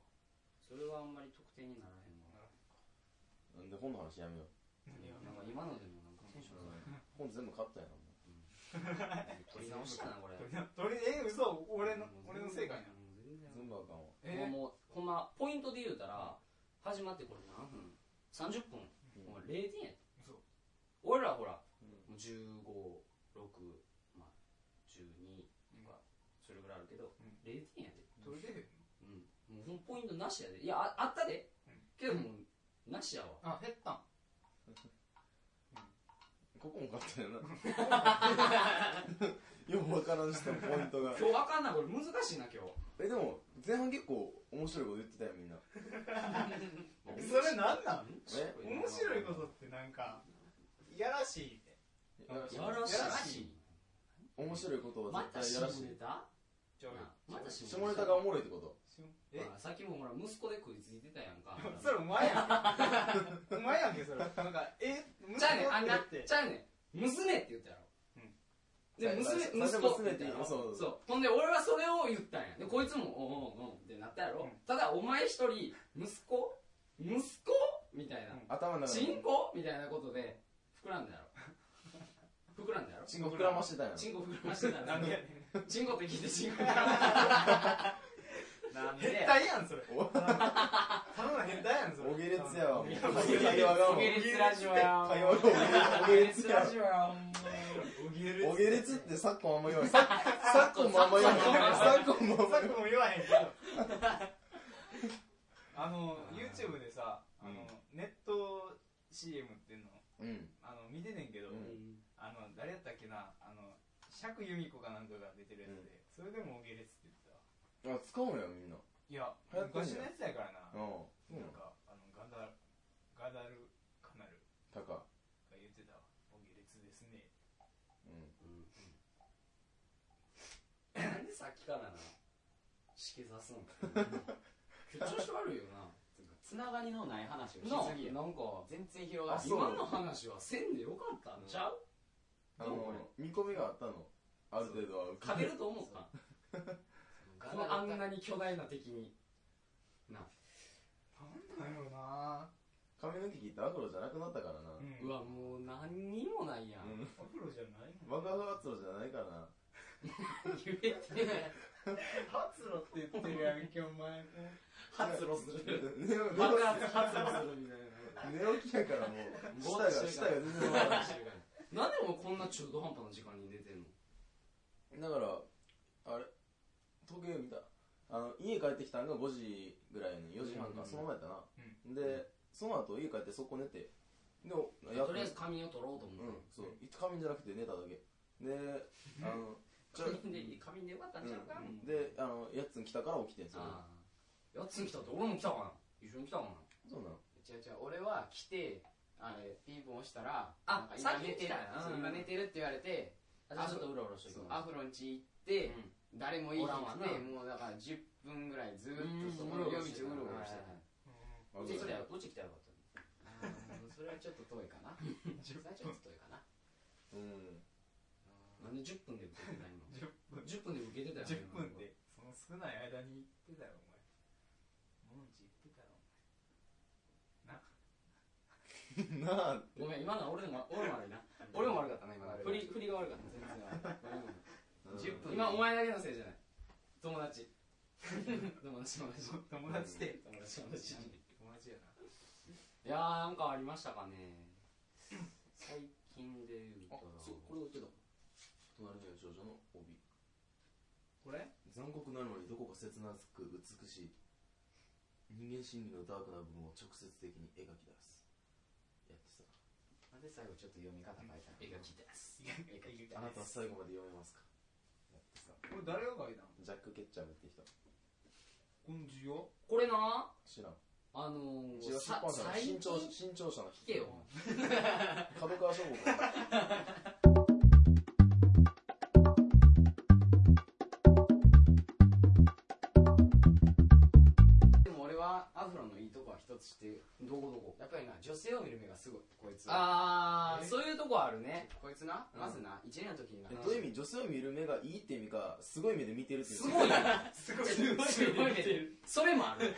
それはあんまり特定にならへんわ
なんで本の話やめよう
何が
なんか今のでもなんかテンション上がる
本全部買ったんやなも
(laughs)
取り直したなこれ
とりえ嘘俺の俺の正解なの
もう全然
う全部あかんわ
えー、
もうほんまポイントで言うたら始まってこれ何分30分
うん
ほんま0点や
嘘
俺らほら
うん
もう156まあ12とかそれぐらいあるけど
うん
0点やで
取れてる
うんもうほんポイントなしやでいやああったで
うん
けどもうなしやわ
あ減ったん
ここも買ったんやな (laughs) よくわからん人のポイントが
(laughs) 今日あかんなこれ難しいな今日
えでも前半結構面白いこと言ってたよみんな
それなんなん
え
面白いことってなんかいやらしいって
やらしい
やら
しい
面白いことは
ま
絶
た下
対やらしい
ネタ
ちゃうよ
なまた下
下ネタがおもろいってこと
しえ
ほらさっきもほら息子で食いついてたやんか
それお前やんけお前やんけそれなんかえ
ちゃうねんあんな
息子って
ちゃうねん娘って言ったやろ
うん
で娘
最初
息子って言
娘
っ
って
たや
言
ろ
うのそうそう
ほんで俺はそれを言ったんやでこいつもおうおうおうってなったやろ、
うん
ただお前一人息子息子みたいな
うん
頭の中
チ
で
ンコみたいなことで膨らんだやろ (laughs) 膨らんだやろ
チンコ膨らましてたんや
チンコ膨らましてたら
なんでやね
チンコって聞いてチンコ
なん
変
で
態やんそれ
お
ただの変態やんそれ
おげれつやわ。
い
会話が
お
もう
げ。れつラジオや
会話がおげれつやわ。
おげる
おげれつって昨今あんま言わない。昨今もあんま言わない。昨今もあんま
さっ
言わない。
きも言わへんけどあの YouTube でさあの、
うん
ネット CM っていうの
うん。
あの見てねんけど、
うん
あの誰やったっけなあの釈由美子かなんかが出てるやつで、それでもおげれつって言ってた
あ、
わ
使うのよ、みんな。
いや
流行ってんね
昔のやつやからな、
うん。
なんかあのガダガダルカナル
たか。
が言ってたわおげれつですね
う
なんでさっきからなしけさすの (laughs) 今日調子悪いよ
つながりのない話をし
なな
すぎや
なんか
全然広がら
あ
ん
そう。
今の話はせんでよかったんちゃうん
あの、見込みがあったの。ある程度は受
勝てると思った
ガ
こ
ラ
のあん
ガ
なに巨大な敵に
なんだろうな
髪の毛切ってアフロじゃなくなったからな。
う
うわもう何にもないやん
うん。
アフロじゃないもん
バカ発露じゃないからな。
言えて
発露って言ってるやんけお前も
発露する
寝ろ
爆発発露するみたい
寝起きやからもう。
ぼー
舌
っ
が、
として
舌
るから
が全然回らない。
ななんでお前こんな中途半端な時間に寝てんの
だから、あれ、時計見た。あの、家帰ってきたんが5時ぐらいの4時半
うんうんう
か、
ん
その前やったな。で、その後家帰ってそこ寝て、で、やっ
とりあえず仮眠を取ろうと思
う
っ、
んそう、仮眠じゃなくて寝ただけ。で、あの、
て
ちょ、
仮眠で仮眠でよかったんちゃうか
うん、で、あの、やっつん来たから起きてんすよ。
ああやっつん来たって俺も来たかな一緒に来たかな
そうなん。
違う違う俺は来てあれピンポン押したら
あ
なんか今
先に
寝て
来
る
たんや
そう
うん
今寝てるって言われて
あじゃあちょっとうろうろして
そ
く
う
る
アフロン家行って
うん
誰もい
お
い日来
らんわ
て
な
もうだから10分ぐらいずっとそこ
うん
の夜道うろうろしてた
う
あ
ち来たようち来たよかった
あーそれはちょっと遠いか
(laughs)
なそれはちょっと遠いかな
うん。 (laughs)
なんで10分で受けてないの
10分
10分で受けてたよね
10分でその少ない間に行ってたよお前もんち行ってたよ
なあ、
ごめん今のは俺のが俺も悪い
(laughs)
な俺も悪かったな今の
悪い
振り振りが悪かっ
全然あ
たうん
10分
今お前だけのせいじゃない友達 (laughs) 友達 (laughs) 友達
友達で
友達友達
友達やない
やーなんかありましたかね最近で言うと
れ置いてた。隣にある少女の帯。
これ
残酷なのにどこか切なく美しい人間心理のダークな部分を直接的に描き出すやってさ
なんで最後ちょっと読み方変えたの
絵が来てます
あなたは最後まで読めますかやってさ
これ誰が書いたの
ジャック・ケッチャーって人
この授業
これな
知らん
あの
うち
ー、
は出
さ
版社の
最近
新潮新潮社の人
聞けよ
角川書房から
でも俺はアフロンのいいとこは一つして
どこどこ
やっぱりな女性を見る目がすごいこいつは
あー
え
そういうとこあるね
こいつな、
うん
まずな1年の時にな
え (laughs) どういう意味女性を見る目がいいって意味かすごい目で見てるって意味
すごいね
(laughs)
(laughs)
すごい
すごいすごいねそれもあ
(laughs)
る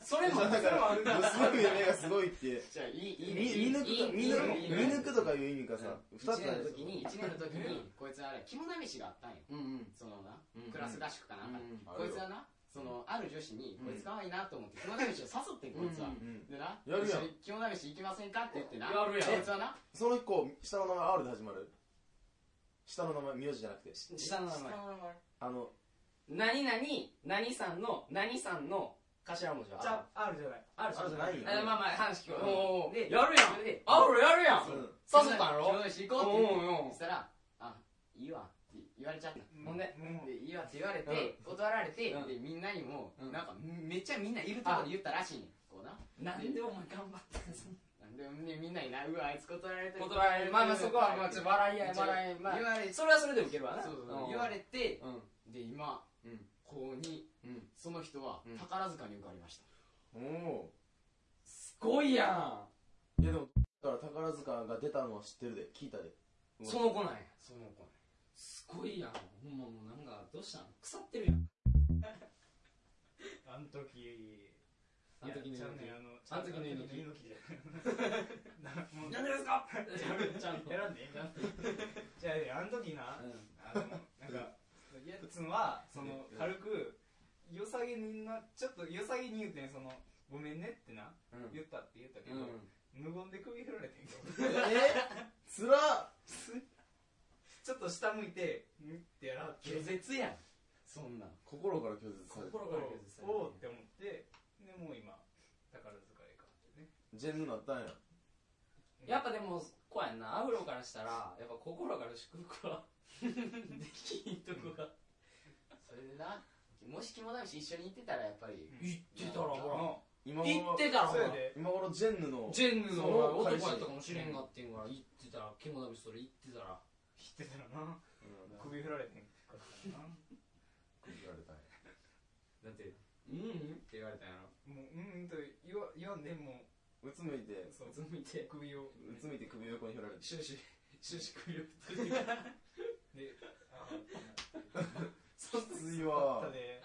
それ
だ
もある
から女性を見る目がすごいって
じゃあいい
見
いいね
見抜くと
いい
見抜
いい
見抜くとかいう意味かさ
うん
2つあ
一年の
る
時に1年の時にこいつあれ肝試しがあったんよ
うんうん
そのな、
うん
クラス合宿かなんかで、
う
うん
こいつはなそのある女子に
うん
こいつ可愛いなと思って肝試しを誘ってんこいつは、
うん
うん
でな
やるやん
一緒に肝試し行きませんかって言ってな
やるやん
こいつはな
その1個下の名前 R で始まる下の名前名字じゃなくて
ん下の名前
あの
何々何さんの何さんの頭文字は
じゃあ R じゃない
ある
あるじゃないよ
あまあまあ話聞こうおうおう
で
やるや
それ
ん
で
アフロやるやん
そ
誘ったんやろ
肝試し行
お
こうって言って
うおう
そしたら「あいいわ」って言われちゃった
ほんで
もう
でいいわって言われて、断られて、
うん
でみんなにも、
うん
なんかめっちゃみんないるとこで言ったらしいねんこうな
なんでお前頑張ったんです
なんでねみんなになうわあいつ断られた
断られるまあまあそこはまあちょっと笑い合い
めっちゃ
笑い合いまあ
言われ
それはそれでウケるわな
そうそう
うん
言われて
うん
で今、
うん
高2
うん
その人は
うん
宝塚に受かりました、
おお
すごいやん
ーいやでもだから宝塚が出たのは知ってるで聞いたで
その子なんや
その子ね
すごいやんほんまもうなんかどうしたん腐ってるやん
あの時
あの時の
いやちゃう
猪木
ねんあの
あの時の猪木
あの時の猪木じゃないなもう
(laughs) なんでですかちゃんと
やらんでええんちゃうじゃあねあの時な
うん
あのなんかやつはその軽く良さげになちょっと良さげに言うてんそのごめんねってな
うん
言ったって言ったけ
う
ど、
ん
無言で首振られてんけど
えつらっ
ちょっと下向いて「ん?」ってやらって
拒絶やんそんなん
心から拒絶される
心
お
から拒絶される
おうって思ってでもう今宝塚へかってね
ジェンヌなったんや
やっぱでもこうやんなアフロからしたらやっぱ心から祝福は (laughs) できんとこが
それでなもし肝試し一緒に行ってたらやっぱり
言ってたらほ
の
今
ら言
頃
ってたら
そ
ほ
うや
ら
で
今頃ジェンヌの
ジェンヌの男やったかもしれんがっていうから
う
言ってたら肝試しそれ言ってたら
言ってたらな
うん
首振られてんからな
言われたんや
だってうんうんって言われたんやろ
もううんと言わ言わんでも
うつむいて
うそう
うつむいて
首を
うつむいて首横に振られて
終始終始首を振ってる
であーってなっ
き
て
つい
すご
わ
かったで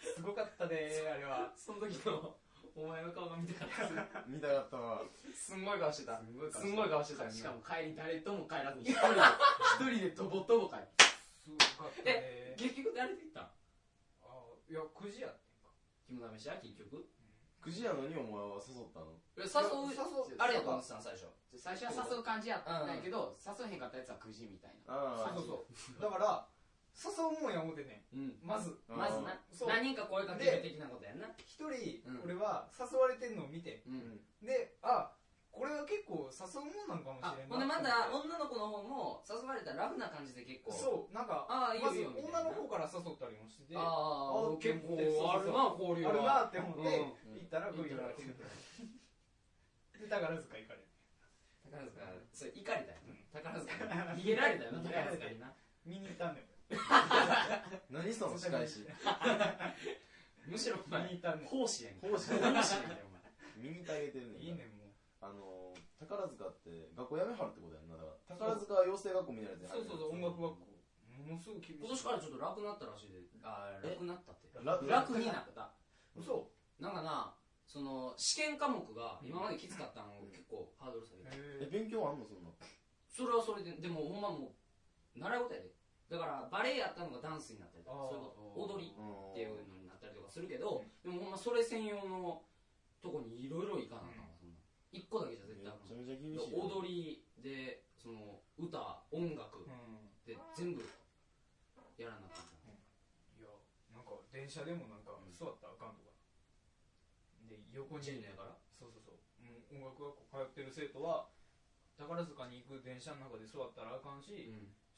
すごかったであれ
(laughs)
は
その時のお前の顔が見たかった
見たかったわ
すんごい顔してた
す
すんごい顔してたよ
し
ね
かも帰り誰とも帰らずに一人で一人でとぼとぼ帰って
すごかったで
結局誰と行ったん
あーいや9時やってんか
肝試しや結局
くじやのにお前は誘ったの
え誘
いや誘う
あれやと思ってたん最初
最初は誘う感じやったんやけど、誘えへんかったやつは9時みたいな
あ
そうそうだから誘うもんや思ってね
うん
まず
あ
まずな
そう
何人か声かける的なことやんな
一人
うん
俺は誘われてんのを見て
うん
であこれは結構誘うもんなんかも
あ
しれんな
ほんでま
と
た
思って
女の子の方も誘われたらラフな感じで結構
そうなんか
ああいいよ
まず
いいよみた
女
いな
の方から誘ったりもしててあ
ああ
あ
結構あるな交流は
るなって思って
う
行ったらグイグイ
行った
で宝塚行かれて
宝塚それ怒りだよ宝塚逃げられたよな
逃げら
宝
れた
塚にな
見に行ったんだよ
何その仕返し
むしろお
見
前
に行ったんだよ
奉仕やん
奉仕
やん
見に行ってあげてるねん
いいねもう
あの宝塚って学校やめはるってことやんなだから宝塚養成学校みたいなやつ
そうそうそう音楽学校ものすごく厳しい
今年からちょっと楽になったらしいであー
え
楽になったって
楽
楽になった
嘘
なんかなその試験科目が今まできつかったのを結構ハードル下げた
え
へ
勉強あんのそんな
それはそれででもほんまもう習い事やでだからバレエやったのがダンスになったりとか
あ
そ
ー
ういうこと踊り
うん
っていうのになったりとかするけどでもほんまそれ専用のとこにいろいろ行かなあかんわそんな1個だけじゃ
め
絶
ち
対あ
ゃ
かん
めちゃ厳しいな
踊りでその歌音楽
うん
で全部やらなあかんから
いやなんか電車でもなんか
うん
座ったらあかんとかで横に
ジェンヌやから
そうそうそう、うん、音楽学校通ってる生徒は宝塚に行く電車の中で座ったらあかんし、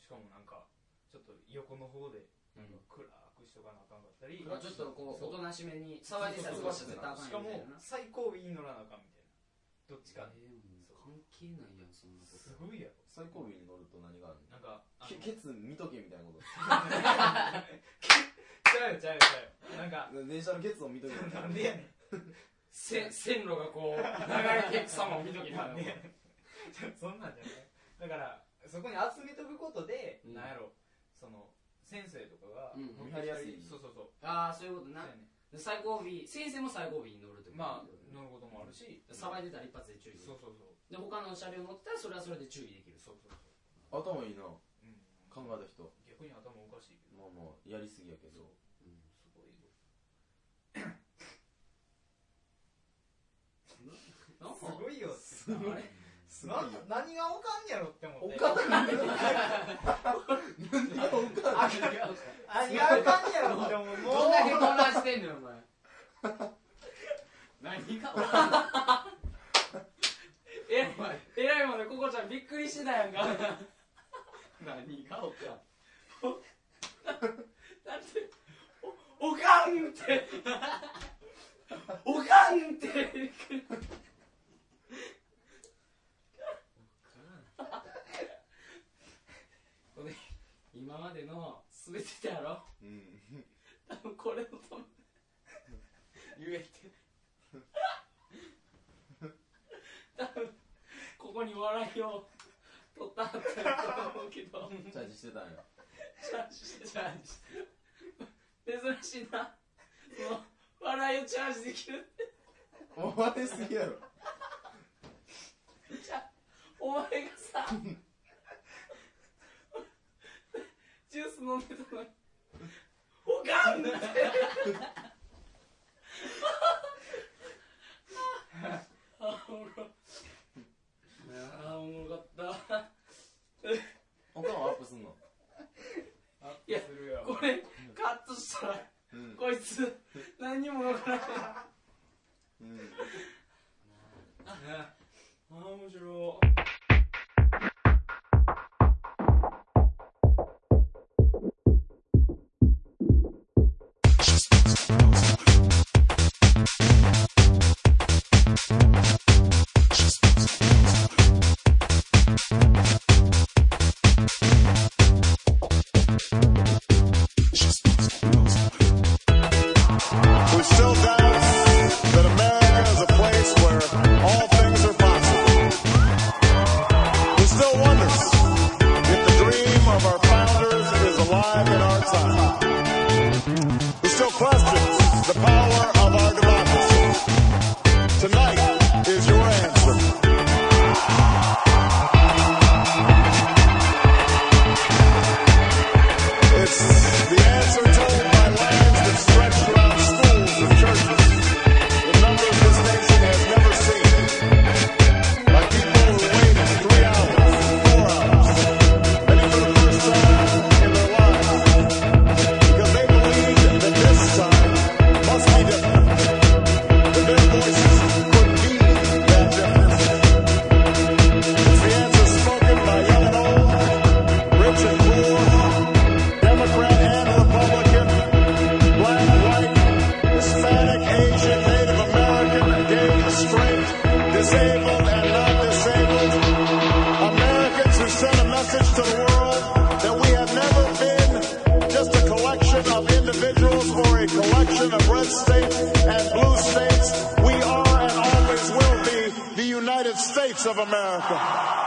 しかもなんかちょっと横の方で
うん
なんか暗くしとかなあかんかった
ち
り、
ょっとこうお
そ
と
う
なしめに騒いでたら過ごしてたらあかん
し
や
か
んみ
も
たいなな
最後尾に乗らなあかんみたいなどっちか
えーもう関係ないやんそんなこ
すごいやろ
最後尾に乗ると何があるの
なんかあ
け
の
ケツ見とけみたいなこ
ちゃうよちゃうよちゃうよなんか
と電車のケツを見とけみたい
(laughs) なんでやね
と
ん
線路がこう流れていく様を見ときな
なんでやねんちょそんなんじゃないだからそこに集めとくことで、
うん
なんやろその先生とかが、
うん
見張りやすい
そうそうそう
(laughs) ああそういうこと
そう
な
やね
で最後尾先生も最後尾に乗るってこと
まあ乗ることもあるし、
騒いでたら一発で注意でき
そう
る
そうそう
で他の車両乗ってたらそれはそれで注意できる
そうそうそう、
な頭いいな
うん、
考えた人
逆に頭おかしいけど
まあまあやりすぎやけど
すごい
なんか
すごいよって
すごいすごい
な
よ
何がおかんやろって思
お
って
かんなんだよなんでおかんなんだよ
何がおかんやろって思うも
どんだけ混乱してんのよお前 (laughs) 何がえらいえらいもんねココちゃんびっくりしてたやんか何がおかんおだっておおかんっておかんってこれ今までの全てだろ
うん
多分これのため言えて多分ここに笑いを取ったはったやと思うけど
チャージしてたんや
チャージしてチャージして珍しいなその笑いをチャージできるって
お前すぎやろ
じゃあお前がさジュース飲んでたのにこいつ何にも分からへんあ
うん
あ面白
which still doubts that America is a place where all things are possible. Who still wonders if the dream of our founders is alive in our time. Who still questions the power of our democracy. Tonight is your answer. It's the answer told by lands that stretch around schools and churches in numbers this nation has never seen. By people who waited three hours, four hours, maybe for the first time in their lives, because they believed that this time must be different. That their voices could be that difference. It's the answer spoken by young and old, rich and poor. Democrat and Republican, black, white, Hispanic, Asian, Native American, gay, straight, disabled, and non disabled. Americans who sent a message to the world that we have never been just a collection of individuals or a collection of red states and blue states. We are and always will be the United States of America.